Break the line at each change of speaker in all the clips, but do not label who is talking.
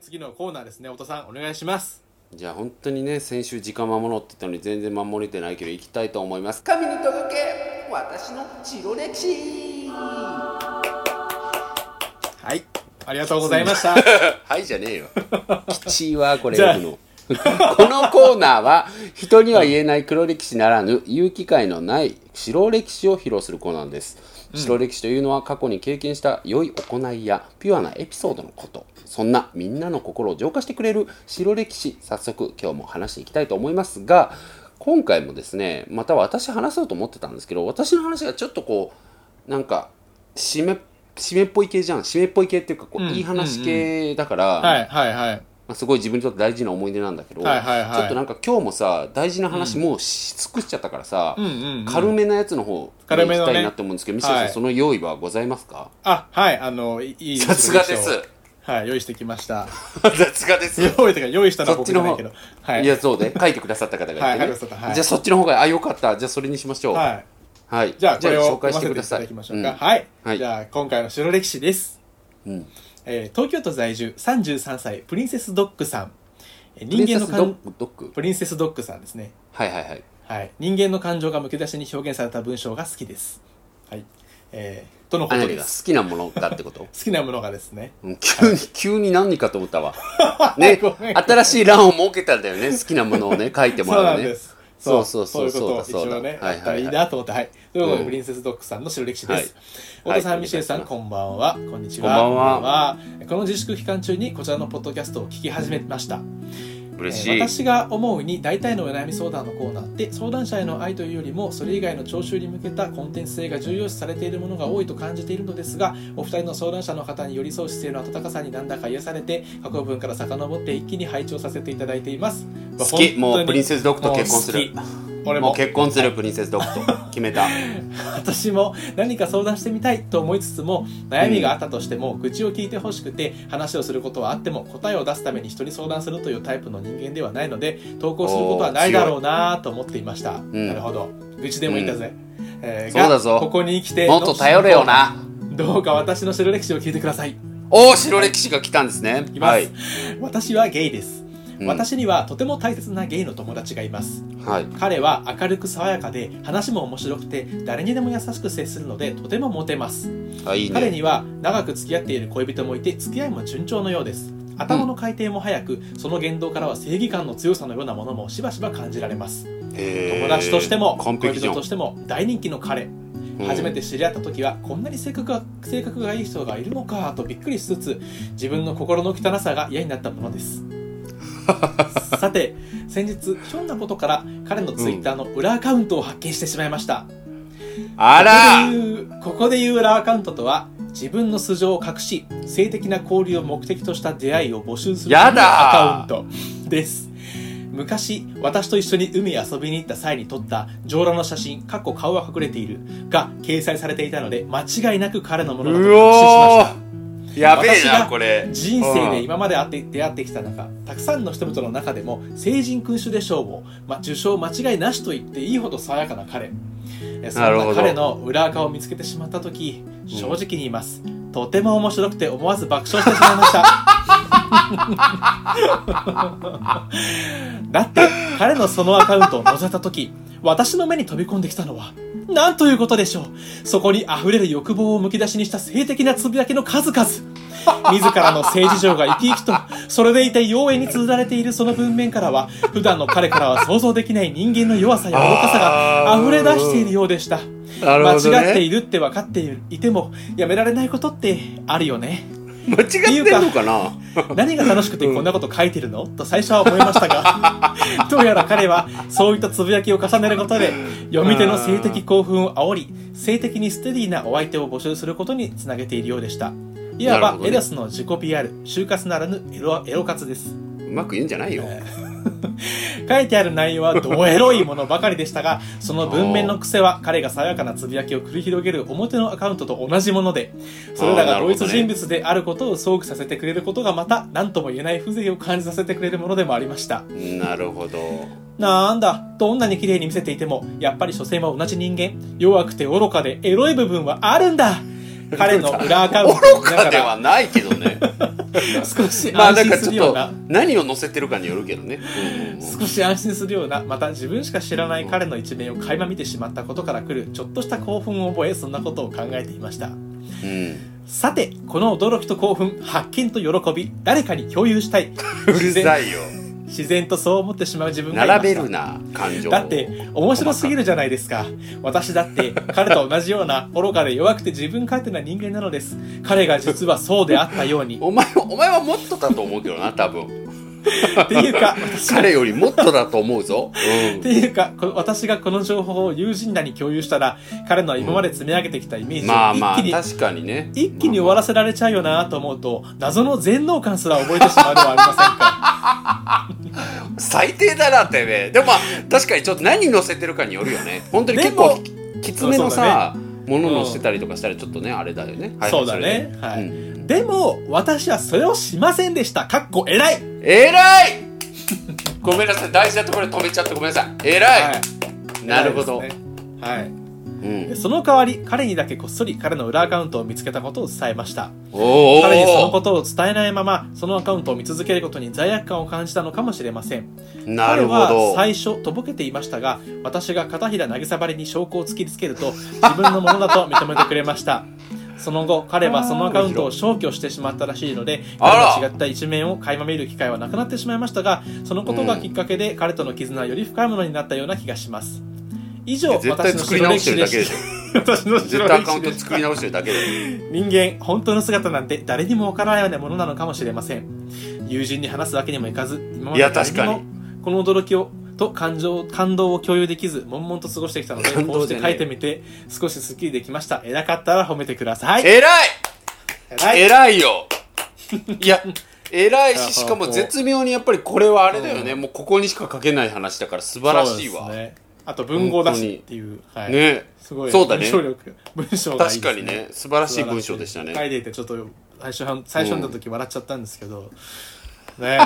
次のコーナーですねおとさんお願いします
じゃあ本当にね先週時間守ろうって言ったのに全然守れてないけど行きたいと思います神に届け私の白歴史
はいありがとうございました
はいじゃねえよきちいわこれ読むのこのコーナーは人には言えない黒歴史ならぬ言う機会のない白歴史を披露するコーナーです白歴史というのは過去に経験した良い行いやピュアなエピソードのことそんなみんなの心を浄化してくれる白歴史早速今日も話していきたいと思いますが今回もですねまた私話そうと思ってたんですけど私の話がちょっとこうなんか締め締めっぽい系じゃん締めっぽい系っていうかこう、
うん
いい話系だから、
はいはいはい
まあ、すごい自分にとって大事な思い出なんだけど、
はいはいはい
ちょっとなんか今日もさ大事な話もうし尽くしちゃったからさ、
うんうん、うん、
軽めなやつの方に
軽め
行
の
き
ね
たいなと思うんですけど、ミシェルさん、
はい
その用意はございますか
あはいあのいいい
さすがです
用意書をはい用意してきました
雑がです
用意とか用意したのは
そっ
僕
ち
じ
の
ゃな
方
いけどはい
いやそうで書いてくださった方がいて
はい
ね
はいそうだはい
じゃあそっちの方があよかったじゃあそれにしましょう
は
はい、
い
じ
じゃ
ゃあ
あこれを読
紹介し
ませていた
てください
だきましょうか、はい、
はい
じゃあ今回の白歴史です、
うん
えー東京都在住33歳プリンセスドッグさんえー
プリン
人
セ
間の
スドッ
感
グドッグ
プリンセスドッグさんですね
はいはいはい
はい、人間の感情がむき出しに表現された文章が好きです。はい、えー、とのこ
あ
と
何
で
が好
す。
きなものだってこと
好きなものがですね。
うん急に、急に何かと思っ たわ。ね
ごめ、ん
新しい欄を設けたんだよね。好きなも のをね、書いても
そう
ら
な
うん
で
ね。
す。
そうそうそう
そういうこと
そうだそう
一
だ
応ね、
はいはいはい
あったらいいなと思って、はい。ということで、
うん
プリンセスドッグさんの白歴史です。太
はい
田さん、
はい
ミシェルさ
お
ん、
願いし
こんばんは。こんにちは。
こんばん
こんばんはこの自粛期間中にこちらのポッドキャストを聞き始めました。え
嬉し
ー
い。
私が思うに大体のお悩み相談のコーナーって相談者への愛というよりもそれ以外の聴衆に向けたコンテンツ性が重要視されているものが多いと感じているのですがお二人の相談者の方に寄り添う姿勢の温かさになんだか癒されて過去分から遡って一気に拝聴させていただいています
好き。もうプリン
ス
セスドッグと結婚する。
俺
も
も
う結婚するプリンセスドッグ と決めた。
私も何か相談してみたいと思いつつも悩みがあったとしても、愚痴を聞いてほしくて話をすることはあっても答えを出すために人に相談するというタイプの人間ではないので投稿することはないだろうなと思っていました、
ん
なるほど愚痴でもいいんだぜ、え
そうだぞ
がここに来て
もっと頼れよな。
どうか私の白歴史を聞いてください
おお、白歴史が来たんですね。
いきます、
はい。
私はゲイです、
うん
私にはとても大切なゲイの友達がいます
はい。
彼は明るく爽やかで話も面白くて誰にでも優しく接するのでとてもモテます
あ、いい
彼
ね。
には長く付き合っている恋人もいて付き合いも順調のようです頭の回転も速く、その言動からは正義感の強さのようなものもしばしば感じられます友
友
達としても
完
恋
璧じゃ
人
ん
と。しても大人気の彼、
うん
初めて知り合った時はこんなに性格が性格がいい人がいるのかとびっくりしつつ自分の心の汚さが嫌になったものです さて先日ひょんなことから彼のツイッターの裏アカウントを発見してしまいました、
あ
ここ
ら
で言うここで言う裏アカウントとは自分の素性を隠し性的な交流を目的とした出会いを募集する
やだー
アカウントです昔私と一緒に海へ遊びに行った際に撮った上裸の写真かっこ顔は隠れているが掲載されていたので間違いなく彼のものだと
う
確信し
お
ました
ーやべえ
私が
な、これ。
人生
う
で
ん
今まで会って出会ってきた中たくさんの人々の中でも成人君主で賞を、ま、受賞間違いなしと言っていいほど爽やかな彼えそん
なるほ
な
ど
彼の裏垢を見つけてしまった時正直に言います、とても面白くて思わず爆笑してしまいました だって彼のそのアカウントを覗いた時私の目に飛び込んできたのはなんということでしょうそこに溢れる欲望をむき出しにした性的なつぶやきの数々自らの性事情が生き生きとそれでいて妖艶に綴られているその文面からは普段の彼からは想像できない人間の弱さや愚かさが溢れ出しているようでした
なる
間
ほどね
違っているって分かっていてもやめられないことってあるよね
間違ってんのかな
何が楽しくてこんなこと書いてるの、と最初は思いました がどうやら彼はそういったつぶやきを重ねることで読み手の性的興奮を煽り性的にステディなお相手を募集することにつなげているようでしたいわ
なる
ば
ほどね
エロスの自己 PR 就活ならぬエロエロ活です
うまく言うんじゃないよ。
書いてある内容はどエロいものばかりでしたが、その文面の癖は彼が爽やかなつぶやきを繰り広げる表のアカウントと同じもので、それらが同一人物であることを想起させてくれることがまた何とも言えない風情を感じさせてくれるものでもありました。
なるほど。
なんだ、どんなに綺麗に見せていても、やっぱり所詮は同じ人間。弱くて愚かでエロい部分はあるんだ彼の裏アカウント
愚
を見な
か
が
では
ら
ないけどね
少し
まあ
安
なん
心
か
す
ちょ
る
っ
よう
と
な
何を載せてるかによるけどね、うんうんうん
少し安心するようなまた自分しか知らない彼の一面を垣間見てしまったことからくるちょっとした興奮を覚えそんなことを考えていました
うん、
さてこの驚きと興奮発見と喜び誰かに共有したいう自
る
然
さいよ
自然とそう思ってしまう自分がいました
並べるな感情を
だって面白すぎるじゃないですか私だって彼と同じような愚かで弱くて自分勝手な人間なのです彼が実はそうであったように
お前はお前はもっとだと思うけどな多分
っていうか私が
彼よりもっとだと思うぞ、う
っ
ん
ていうかこ私がこの情報を友人らに共有したら彼の今まで積み上げてきたイメー ジ
まあ
を
ま
一
あ
気に、
確かにね
一気に終わらせられちゃうよなと思うと謎の全能感すら覚えてしまうではありませんか
最低だなてめえでもまあ確かにちょっと何載せてるかによるよね本当に結構
で
きつめのさ、もの載せ
うん
てたりとかしたらちょっとね、あれだよね、はいはい
そうだ
れ
ねはい、
うん
でも私はそれをしませんでしたかっこ偉い
えらい ごめんなさい大事なところで止めちゃってごめんなさいえらい、なるほど、
偉いですねはい
うん、
その代わり彼にだけこっそり彼の裏アカウントを見つけたことを伝えました
おーお
彼にそのこ
ー
とを伝えないままそのアカウントを見続けることに罪悪感を感じたのかもしれません
なるほ
彼は
ど
最初とぼけていましたが私が片平渚ばりに証拠を突きつけると自分のものだと認めてくれましたその後彼はそのアカウントを消去してしまったらしいので
あら
彼の違った一面を垣間見る機会はなくなってしまいましたがそのことがきっかけで彼との絆はより深いものになったような気がします以上
絶対
私の
作り
白
直
歴
し
史
て
で
る
し
だけでしょ
た私の
絶
白
対ア
歴
カウ
史
ント
です
作り直してるだ けで
人間本当の姿なんて誰にもわからないようなものなのかもしれません友人に話すわけにもいかず今まで
いや確かに
誰もこの驚きをと感情感動を共有できず悶々と過ごしてきたので
感動
こうし
じゃ
て
ね
書
え
いてみて少しスッキリできました偉かったら褒めてください
えらい
偉い
偉 いよいや偉い
いや
ししかも
もう
絶妙にやっぱりこれはあれだよね、もうここにしか書けない話だから素晴らしい
そ
わ
う
ね
ですねあと文豪だしっていう、はい、すごい
そうだね
文章力文章がいいで
確か
すね
にね素晴らしい文章でした
書い
ね
ていてちょっと最初は最初読んだ時笑っちゃったんですけど、ね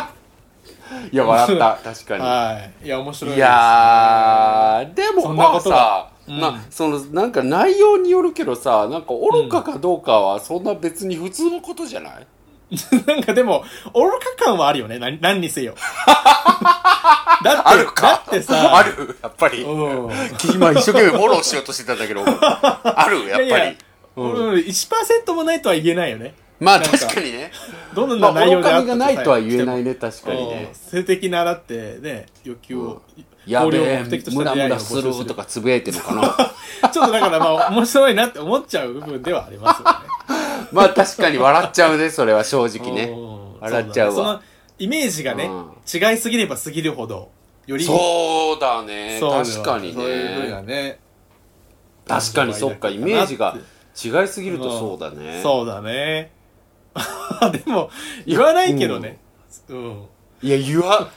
いや笑った確かに
はいいや面白いです
いやーで
そ
も
んな
ま
こ
あ
と
さ
が、うん
なそのなんか内容によるけどさなんか愚かかどうかはそんな別に普通のことじゃない、
なんかでも、愚か感はあるよね。何何にせ よ。だって、
あるか
だってさ、
あるやっぱり
うん。
今一生懸命フォローしようとしてたんだ けどあるやっぱり
いやいやうん、1%もないとは言えないよね。
まあ
なんか
確かにね
どん
ま
な
あ
内容
愚
で
か
あ
み
った
がないとは言え
い。
ないね確かに
うん
ね
性的な、だってね、欲求を、
やべ
を
え
目的とし
ム
た
ラ
出会
ム
いを募
ラする
集する
とかつぶやいてるのかな
ちょっとだからまあ、面白いなって思っちゃう部分ではありますよね。
まあ確かに笑っちゃうねそれは正直ね
うん
笑っちゃう
そだ
わ
ねそのイメージがね、違いすぎればすぎるほど、より、
そうだね
そう
確かに
そういうの
ね
がね。
確かにそっかイメージが違いすぎるとそうだね
そうだね。 でも、言わないけどね。うん。
いや言わ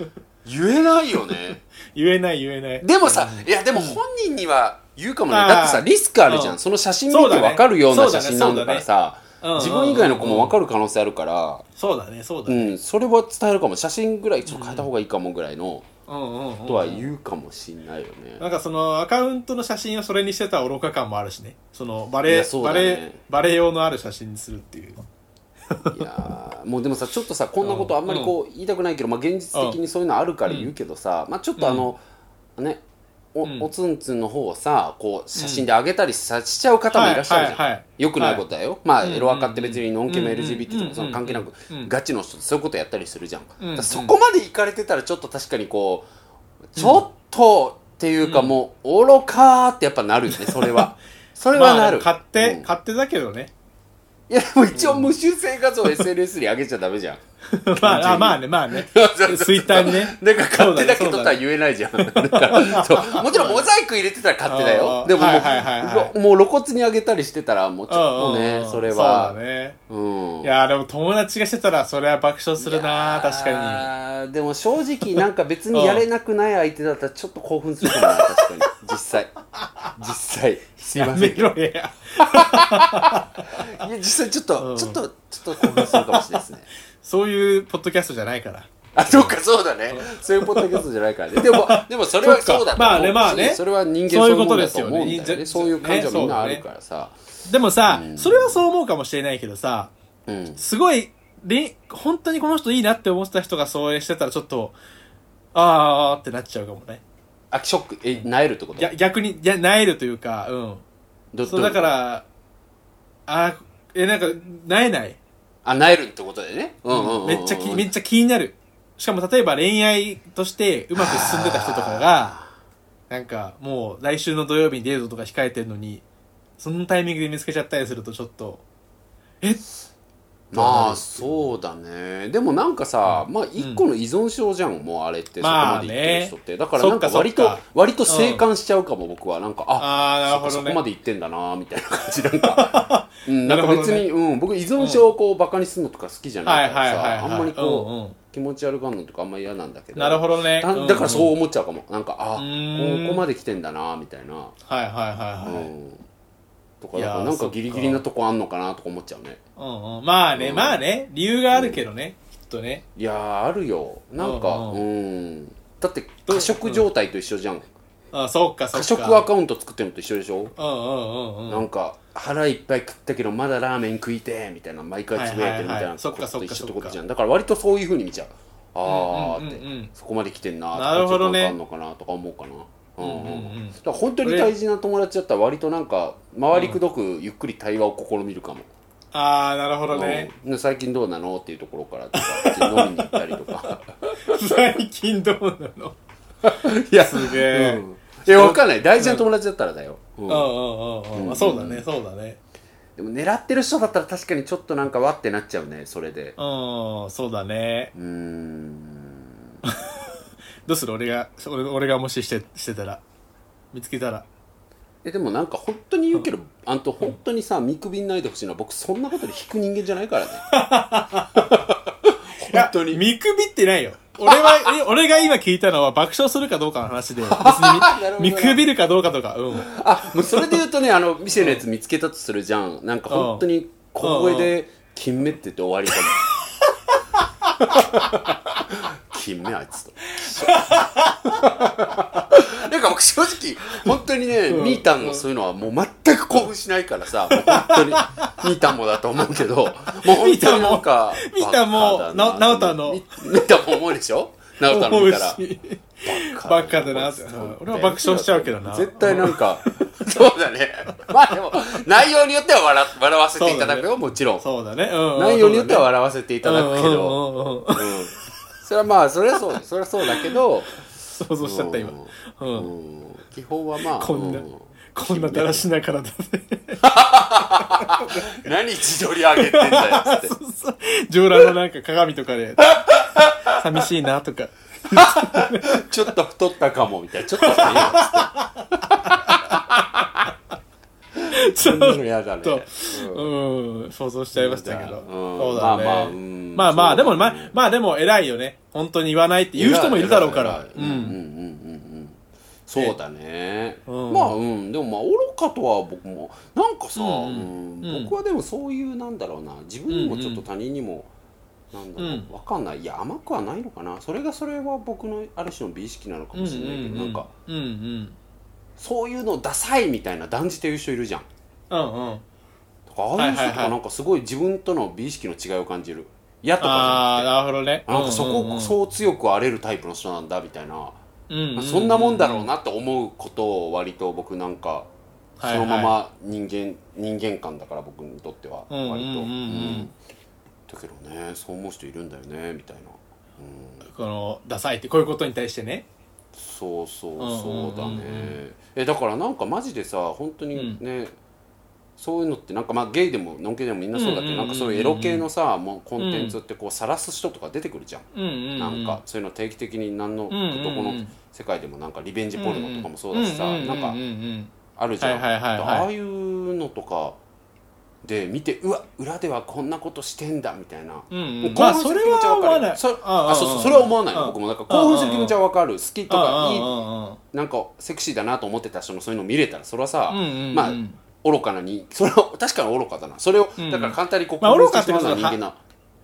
言えないよね
言えない言えない。
でもさいやでも本人には言うかもね
あー
だってさリスクあるじゃ
うんん
その写真見
そう
て
だね
分かるような
そうだ
写
ね
真なんだからさ
そうだねうん
自分以外の子も分かる可能性あるから
そうだね、そうだ
う
ね。
んそれは伝えるかも写真ぐらいちょっと変えた方がいいかもぐらいの
うんうんうん。
とは言うかもしんないよね
なんかそのアカウントの写真をそれにしてた愚か感もあるしね。そのバレ
い
エ、
やそう
バ
だね
レエ、バレエ用のある写真にするっていう。
いやーもうでもさちょっとさこんなことあんまりこう言いたくないけど、まあ、現実的にそういうのあるから言うけどさ、まあ、ちょっとあの、ねお,、
ん
おつんつんの方をさこう写真で上げたりさしちゃう方もいらっしゃるじゃん、
はいはいはい
よくないことだよ、まあ
ん
エロアカって別にのんけも
うん
LGBT とかその関係なく、
うん
ガチの人ってそういうことやったりするじゃん、
うん
だからそこまでいかれてたらちょっと確かにこうちょっとっていうかもう愚かーってやっぱなるよね それはそれはなる、
買って、
うん
買ってだけどね。
いやでも一応無臭生活を SNS に上げちゃダメじゃん
まあ、あまあね、まあね。 ツイッターにね。
なんか勝手だけどと
そう
は
だね
言えないじゃん。だからそうもちろんモザイク入れてたら勝手だ
あ
よ。
ー
でももう,
はい
ろ、
はいはいは
もう露骨に上げたりしてたらもうちょっと
うんうん
ね
うん
それは。
そうだね。
うん
いやーでも友達がしてたらそれは爆笑するなー確かに。
かにでも正直なんか別にやれなくない相手だったらちょっと興奮するかもな確かに実際実際す い
や
ませ
め
んい
ろや。
や実際ちょっと、
うん
ちょっとちょっと興奮するかもしれないですね
そういうポッドキャストじゃないから。
あ、そっか、そうだね。そういうポッドキャストじゃないからね。でも、でもそれは
そっか
そうだと思
ま
うし
あねまあね
それは人間
そ
そうう
い
いうう
こ
も
と
の
で
だ
す
と
よね
思うんだよね。そういう感情はみんなあるからさ。
でもさ、それはそう思うかもしれないけどさ、
うん。
すごい、れ本当にこの人いいなって思ってた人がそうしてたらちょっと、あーってなっちゃうかもね。
あ、ショック、え、なえるってこと
や逆に、いや、なえるというか、うん。
ど
そう、だか。
ど
ら、あーえ、なんか、なえない。
あ、なえるってことだよね。うんうんうんうん。
めっちゃき、めっちゃ気になる。しかも例えば恋愛としてうまく進んでた人とかが、なんかもう来週の土曜日にデートとか控えてるのに、そのタイミングで見つけちゃったりするとちょっと、え
まあ、そうだね。でもなんかさ、まあ、一個の依存症じゃん、もうあれって、そこ
ま
ま
あね
で言ってる人って。だからなん
そ
か
っか
割
そっ
と
か、
割と生還しちゃうかも、僕は。なんか、あ、
あー、なるほ
そっかそ
ど
こま
ね。
で言ってんだなみたいな感じなん か、うん、なんか
なるほ
別
どね
に、うん、僕依存症をこうバカにするのとか好きじゃ
は
ない
い
か
は
ら
いはい、はい。
さあんまりこう、
うんうん
気持ち悪がるのとかあんまり嫌なんだけど
なるほどね。
だだから
うん
そ
うん。
う思っちゃうかもなんかあ
う
こ
ーん
こまで来てんだなみたいな、
はいはいはいはい。
うんとか
いや
だ
ー
からなん
そっ
か
か
ギリギリなとこあんのかなとか思っちゃうね
うんうん、まあね、
うん
まあね、理由があるけどね、きっとね。
いやーあるよなんか
う
うん
うん
だって過食状態と一緒じゃん
あそうか、そ
過
うか。
食アカウント作ってるのと一緒でしょ
うんうんうんうん。
なんか腹いっぱい食ったけどまだラーメン食いてーみたいな毎回つぶやいて
はい
るみたい
はいは
ない
そっか
こと
そっ
と
か
一緒ってことじ
そ
ゃんだから割とそういうふうに見ちゃうあ
うんうん
ーっ
うんうん
てそこまで来てんなー
なるほどね
とかちょっとなんかあんのかなとか思うかなうん
うんうんうん
だから本当に大事な友達だったら割となんか回りくどくゆっくり対話を試みるかも
ああ、なるほどね。
うん最近どうなのっていうところからとか飲みに行ったりと か
最近どうなの
いや
すげえ
うんいやわかんない大事な友達だったらだようん
うんうんうんうん。そうだね、そうだね。
でも狙ってる人だったら確かにちょっとなんかわってなっちゃうねそれで
うん、そうだね。
うーん
どうする俺が、俺俺がもししてしてたら。見つけたら。
えでもなんか本当に言うけど、あんと本当にさ見くびんないでほしいのは僕そんなことで引く人間じゃな いからね本当
いや
に
見くびってないよ。俺 は、え俺が今聞いたのは爆笑するかどうかの話で、別
なるほど
に
ね
見 見くびるかどうかとか、うん。
あもうそれで言うとねあの店のやつ見つけたとするじゃんなんか本当に小声で「金目」って言って終わりかも金目あいつとなんか僕正直本当にね、
うん
みーたんもそういうのはもう全く興奮しないから さもう本当にみーたんもだと思うけどもう本当になんか
みーたんも
バカだ
ななおたんの
み みーたんも思うでしょなおたんの見たら
思うし
バ
バカだなって俺は爆笑しちゃうけどな
絶対なんか そうだねまあでも内容によっては笑笑わせていただく
そう
よもちろん
そうだね。うん。
内容によっては
は
笑わせていただくけど
ど。
うんそれはまあそれはそうそれはそうだけど
想像しちゃった今。う。
うんん基本はまあ
こんな
うん
こんなだらしながらだね。
何自撮り上げてんだよっつって
上裸のなんか鏡とかで、寂しいなとか。
ちょっと太ったかもみたいなちょっと太った よっつって
ちょ
そ
っ
んなの嫌だね
と、うん、想像しちゃいましたけど。
うん
そうだね。
まあまあうん
まあまあ、でも、まあ
そうだね、
まあでも偉いよね。本当に言わないって言う人もいるだろうから。う
偉い偉い偉いうんうんうん
ん。
うんうんそうだね、
うん
まあうんでもまあ愚かとは僕もなんかさ、
うん
うん
うん
僕はでもそういうなんだろうな自分にもちょっと他人にも、なんだろう、
うん
わかんないいや甘くはないのかなそれがそれは僕のある種の美意識なのかもしれないけど、なんか
うんうん。
そういうのダサいみたいな断じてる人いるじゃん
うんうん。
とかああい
はい
う人と
はいは
か
い
なんかすごい自分との美意識の違いを感じる嫌とかじ
ああ、
ゃなくて
なるほどね。
なんかそこ
う
を
ん
そう強く荒れるタイプの人なんだみたいな
うんうん、
そんなもんだろうなと思うことを割と僕なんかそ
はいはい
のまま人間人間観だから僕にとっては
うんうんうんうん
割とうんだけどねそう思う人いるんだよねみたいなうん
この、ダサいって、こういうことに対してね。
そうそう
うんうん
そうだ
うん
ねえだからなんかマジでさ本当にねそういうのってなんかまあゲイでもノンケでもみんなそうだけ
うんう
ど
んうんう
なんんかそういうエロ系のさもうコンテンツってこう晒す人とか出てくるじゃん
うんうん、うん。
なんか、そういうの定期的に何の
うんうんうん
どこの世界でもなんかリベンジポルノとかもそうだしさ
うんうん
なんか
うんうん
あるじゃん、
はいはいはいはい
ああいうのとかで見てうわ裏ではこんなことしてんだみたいな、
うんうん
も興奮する気持ちは分か
まあそれは思わない
るそ
うんうんうん
あそうそうそれは思わない
うん
僕もなんか興奮する気持ちは分かる好きとか
うん
い
うん
いなんかセクシーだなと思ってた人のそういうの見れたらそれはさ、
うんうんうん
まあ愚かなにそれは確かに愚かだなそれを
うんうん
だから簡単にこう
まあ
興奮してしまうの
愚かってこと
は人
は
間な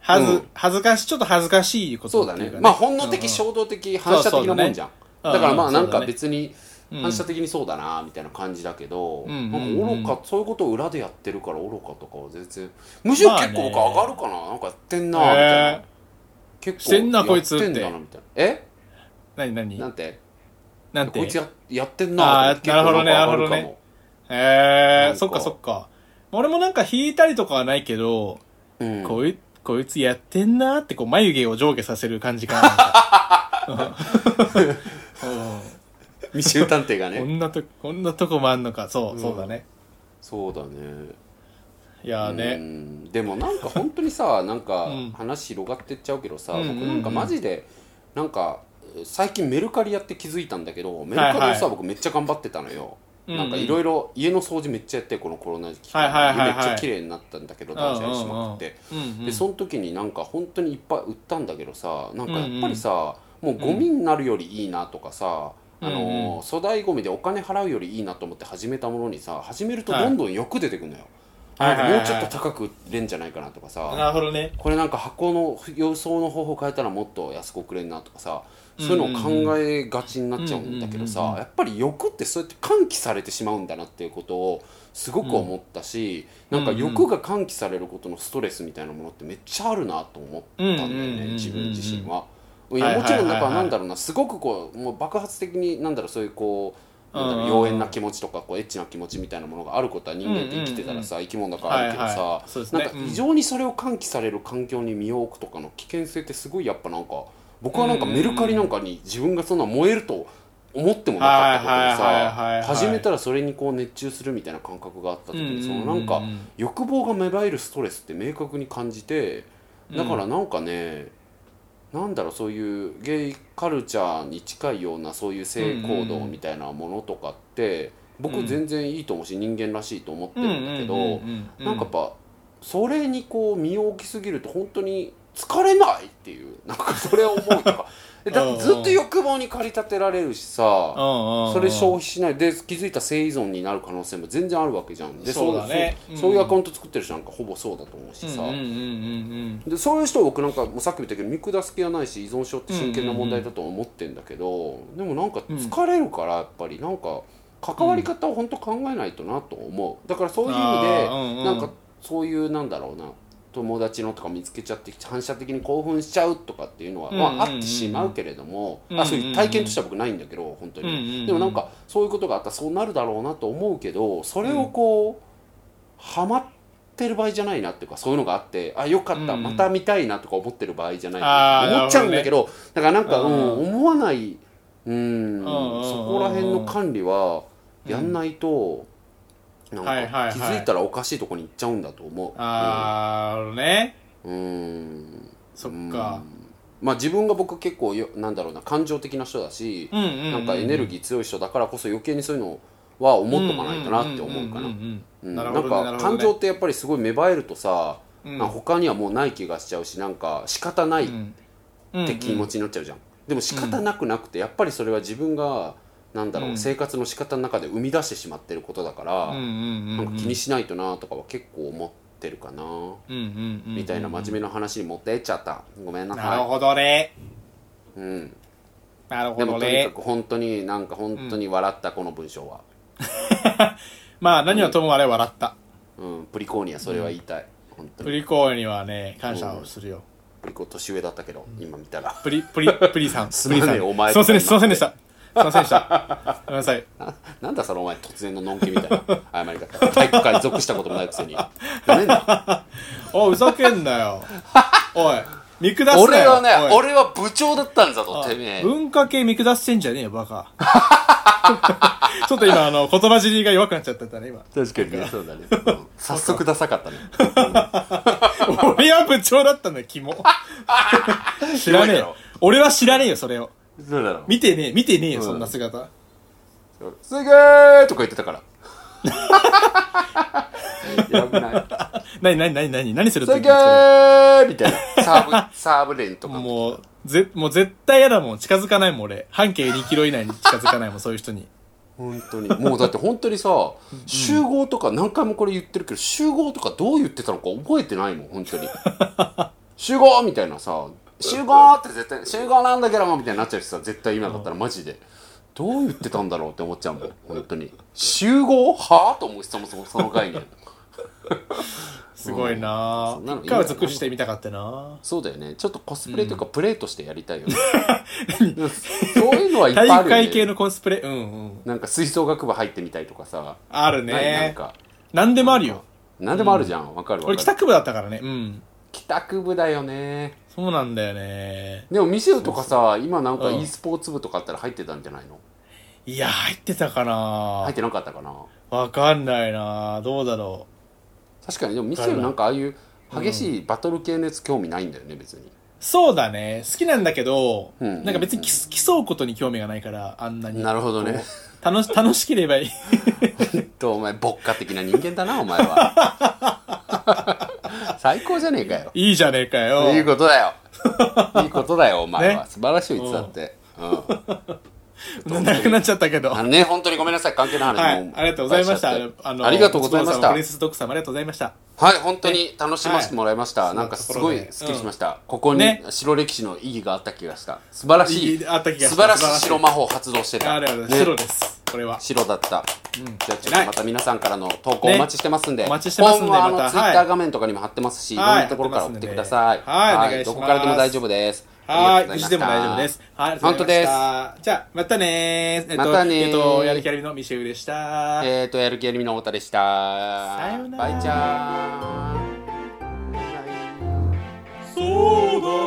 はず、
うん
恥ずかし、ちょっと恥ずかしいこと
そう
っ
だ
てい
ね
うか
まあ本能的衝動的反射的なもんじゃん
そうそうだね
だからま
う
あ
んうんそ
なん
うだね
か別に
うん
反射的にそうだなみたいな感じだけど、
うんうん
なん
うん
か愚かそういうことを裏でやってるから愚かとかは全然むしろ結構僕
まあね
上がるかな、なんかやってんなみたいな、
へえ
結構
してんなこいつ
やってんだなみたいなえ
何何
なんて
なんて
こいつややってん
あ
な
ー
結構んか
なるほどねなるほど
上がか
ね
も
え
な
ー、
んか
そっかそっか。俺もなんか引いたりとかはないけど、
うん
こい、こいつやってんなーってこう眉毛を上下させる感じかな。
ミシェル探偵が
うんこ
ね
んなと、こんなとこもあんのか。そう、
うん
そうだね。
そうだね
いやー
う
ね。
んでもなんか本当 にさなんか
うん
話広がってっちゃうけどさ、
うんうんうん
僕なんかマジでなんか最近メルカリやって気づいたんだけどメルカリをさ、
はいはい
僕めっちゃ頑張ってたのよ、
うんうん
なんかいろいろ家の掃除めっちゃやってこのコロナ期
はいはいはいはい
でめっちゃ綺麗になったんだけど断捨離しまくって、
うんうん
でその時になんか本当にいっぱい売ったんだけどさなんかやっぱりさ、もうゴミになるよりいいなとかさ、あのー
うん
粗大ゴミでお金払うよりいいなと思って始めたものにさ始めるとどんどん欲出てくるのよ、
はい
なんかもうちょっ
はいはい
と
はい
高く売れんじゃないかなとかさ、
なるほどね。
これなんか箱の予想の方法変えたらもっと安く送れんなとかさそういうのを考えがちになっちゃうんだけ
うんう
ど
んうんうんうんうん
さ
うん
やっぱり欲ってそうやって喚起されてしまうんだなっていうことをすごく思ったし、
うん
なんか欲が喚起されることのストレスみたいなものってめっちゃあるなと思ったんだよ
うんうんうんうんう
ね
ん
自分自身は。い
いはいはい
やも
はい
ちろんだからなんだろうなすごくこうもう爆発的になんだろうそういうこうなんだろう
うん
妖艶な気持ちとかこうエッチな気持ちみたいなものがあることは人間って生きてたらさ生き物だからあるけど
はいは
さ
いそうです
な
ね
んか異常にそれを喚起される環境に身を置くとかの危険性ってすごいやっぱなんか僕はなんかメルカリなんかに自分がそんな燃えると思ってもなかった
はいはいはいはいはい
ことでさ始めたらそれにこう熱中するみたいな感覚があった時にそ
うんうんう
の
ん
な
うん
んか欲望が芽生えるストレスって明確に感じてだからなんかねなんだろうそういうゲイカルチャーに近いようなそういう性行動みたいなものとかって僕全然いいと思うし人間らしいと思ってるんだけど。なんかやっぱそれにこう身を置きすぎると本当に疲れないっていうなんかそれを思 うとかだ
うんうん
ずっと欲望に駆り立てられるしさそ
そ
れ消費しないで気づいた性依存になる可能性も全然あるわけじゃんで
そうだね
そう
うん
そういうアカウント作ってる人なんかほぼそうだと思うしさ、
うんうんうんうん
でそういう人を僕なんかもうさっきも言ったけど見下す気はないし依存症って真剣な問題だと思ってんだけど、でもなんか疲れるからやっぱりなんか関わり方を本当考えないとなと思うだからそういう意味で、
あーうんうん
なんかそういうなんだろうな友達のとか見つけちゃって反射的に興奮しちゃうとかっていうのは、
うんうん
ま
うん
あ、あってしまうけれども、
うんうんう
あ
ん
そういう体験としては僕ないんだけど本当に、
うんうんうん
でもなんかそういうことがあったらそうなるだろうなと思うけどそれをこう、ハマってる場合じゃないなっていうかそういうのがあってあよかった、
うん
また見たいなとか思ってる場合じゃない
あー
な思っちゃうんだけどだからなんか、
う
うんん、思わない、うん、
ん
そこら辺の管理はやんないと、なん
はいはいは
か
い
気づいたらおかしいとこに行っちゃうんだと思う。
あー、ね。
うん
そっか。
まあ、自分が僕結構よなんだろうな感情的な人だし、
うんうんうん。
なんかエネルギー強い人だからこそ余計にそういうのは思っとかないとなって思うかな。
ん
うん
な
な
る
ん
ほどねなるほ
か
どね
感情ってやっぱりすごい芽生えるとさ、
うん
なんか他にはもうない気がしちゃうしなんか仕方ないっ
うんうん。
て気持ちになっちゃうじゃん、でも仕方なくなくてやっぱりそれは自分がなんだろう、
うん
生活の仕方の中で生み出してしまってることだから、
うんうんうんう。
なんんか気にしないとなとかは結構思ってるかな、
うんうんうん。
みたいな真面目な話に持ってっちゃったごめんな
なる
さ
ほどね。
い、うん、
なるほ
でも
ど
とにか
ね。
く本当になんか本当に笑ったこの文章は、
まあ、何はともあれ笑った。
うん、プリコーニはそれは言いたい、本当
プ
に
リコーにはね、感謝をするよ。
プリコ年上だったけど今見たら
プリ、プリ、プリさん。
すまねえ
プリさん
お前
すいませんでした。すいませんでした。すいませんでした。ごめんなさい。
ななんだそのお前突然ののんきみたいな謝り方体育会に属したこともないくせになめんな
おい、ふざけんな よ。おい、見下すなよ。
俺はね
おい
俺は部長だったんだぞてめえ
文化系見下してんじゃねえよ、バカ。 ちょっと今、あの、言葉尻が弱くなっちゃってたね、 今。
確かにねそうだね、うん早速ダサかったね
俺は部長だったんだよ、 キモ。知らねえよ。俺は知らねえよ、それを。
そうだろ
見てねえ、見てねえよ、
うん
そんな姿。
すげーとか言ってた からやばくない
なになになになに何する
す
時
げーみたいなサーブサーブレンとか
もう、ぜ、もう絶対嫌だもん。近づかないもん、俺。半径2キロ以内に近づかないもん、そういう人に。
本当にもうだって本当にさ集合とか何回もこれ言ってるけど集合とかどう言ってたのか覚えてないもん本当 に集合みたいなさ集合って絶対集合なんだけどもみたいになっちゃうしさ絶対今だったらマジでどう言ってたんだろうって思っちゃうもん本当に集合はあと思うしそもそもその概念
すごいな
そんなのいい
ぁ。一回
んだよ
は尽くしてみたかったな
そうだよねちょっとコスプレというかプレイとしてやりた いよね、そういうのはいっぱい
体
あ
育
るよ、
会系
ね、
のコスプレ、うんうん。
なんか吹奏楽部入ってみたいとかさ、
ある
ないなん
ね。
か
何でもあるよ。
何でもあるじゃんわ、かるわ
俺、
か
帰
る
宅部だったからね。うん。
帰宅部だよね
そうなんだよね。
でもミシェルとかさ今なんか
うん
e スポーツ部とかあったら入ってたんじゃないの、
いや、入ってたか
入っ
な
てなかったかな
わかんないなぁ。どうだろ
確かにでもミシェルなんかああいう激しいバトル系のやつ興味ないんだよね別に、
う。そうだね。好きなんだけど、
うんうんうん
なんか別に競競うことに興味がないから、あんなに。
なるほどね
こう。楽し、 楽しければいい。
とお前牧歌的な人間だなお前は 最高じゃねえかよ
いいじゃねえかよ。
いいこと だよいいことだよお前は、
ね
素晴らしいよいつだって、うん、
なくなっちゃったけど。
あのね本当にごめんなさい関係ない話、
はい
も、
ありがとうございました。
いっぱいしちゃって
あの
ありがとうございま
おつぼさ
し
ん
た
プリンスドッグさんもありがとうございました。
はい、本当に楽しませてもらいました。
い
なんかすごいすっきりしました。ここに
ね
白歴史の意義があった気がした。素晴らしい、
意義あった気がした
素晴らし
素晴ら
い
しい
白魔法発動してた。
ありがとうございます。
ね
白です。これは。
白だった。じゃあちょっ
偉
と
い
また皆さんからの投稿お待ちしてますんで、
ねお待ちしてますんで
本はあの
また
ツイッター画面とかにも貼ってますし、
はい
い、ろんなところから送ってください。
はいお願いします
どこからでも大丈夫です。
は
あ
ーい。
りが
無
とう
事で
ござました
も大丈夫です。はい。
本当
ありがとうござ
です
いましたじゃあ、またねー。えっと
またねー
えっと、やるキャラビのミシェウでした。
えーと、やる気ありみの太田でした。さ
ようなら
バイチャーン。
そうだ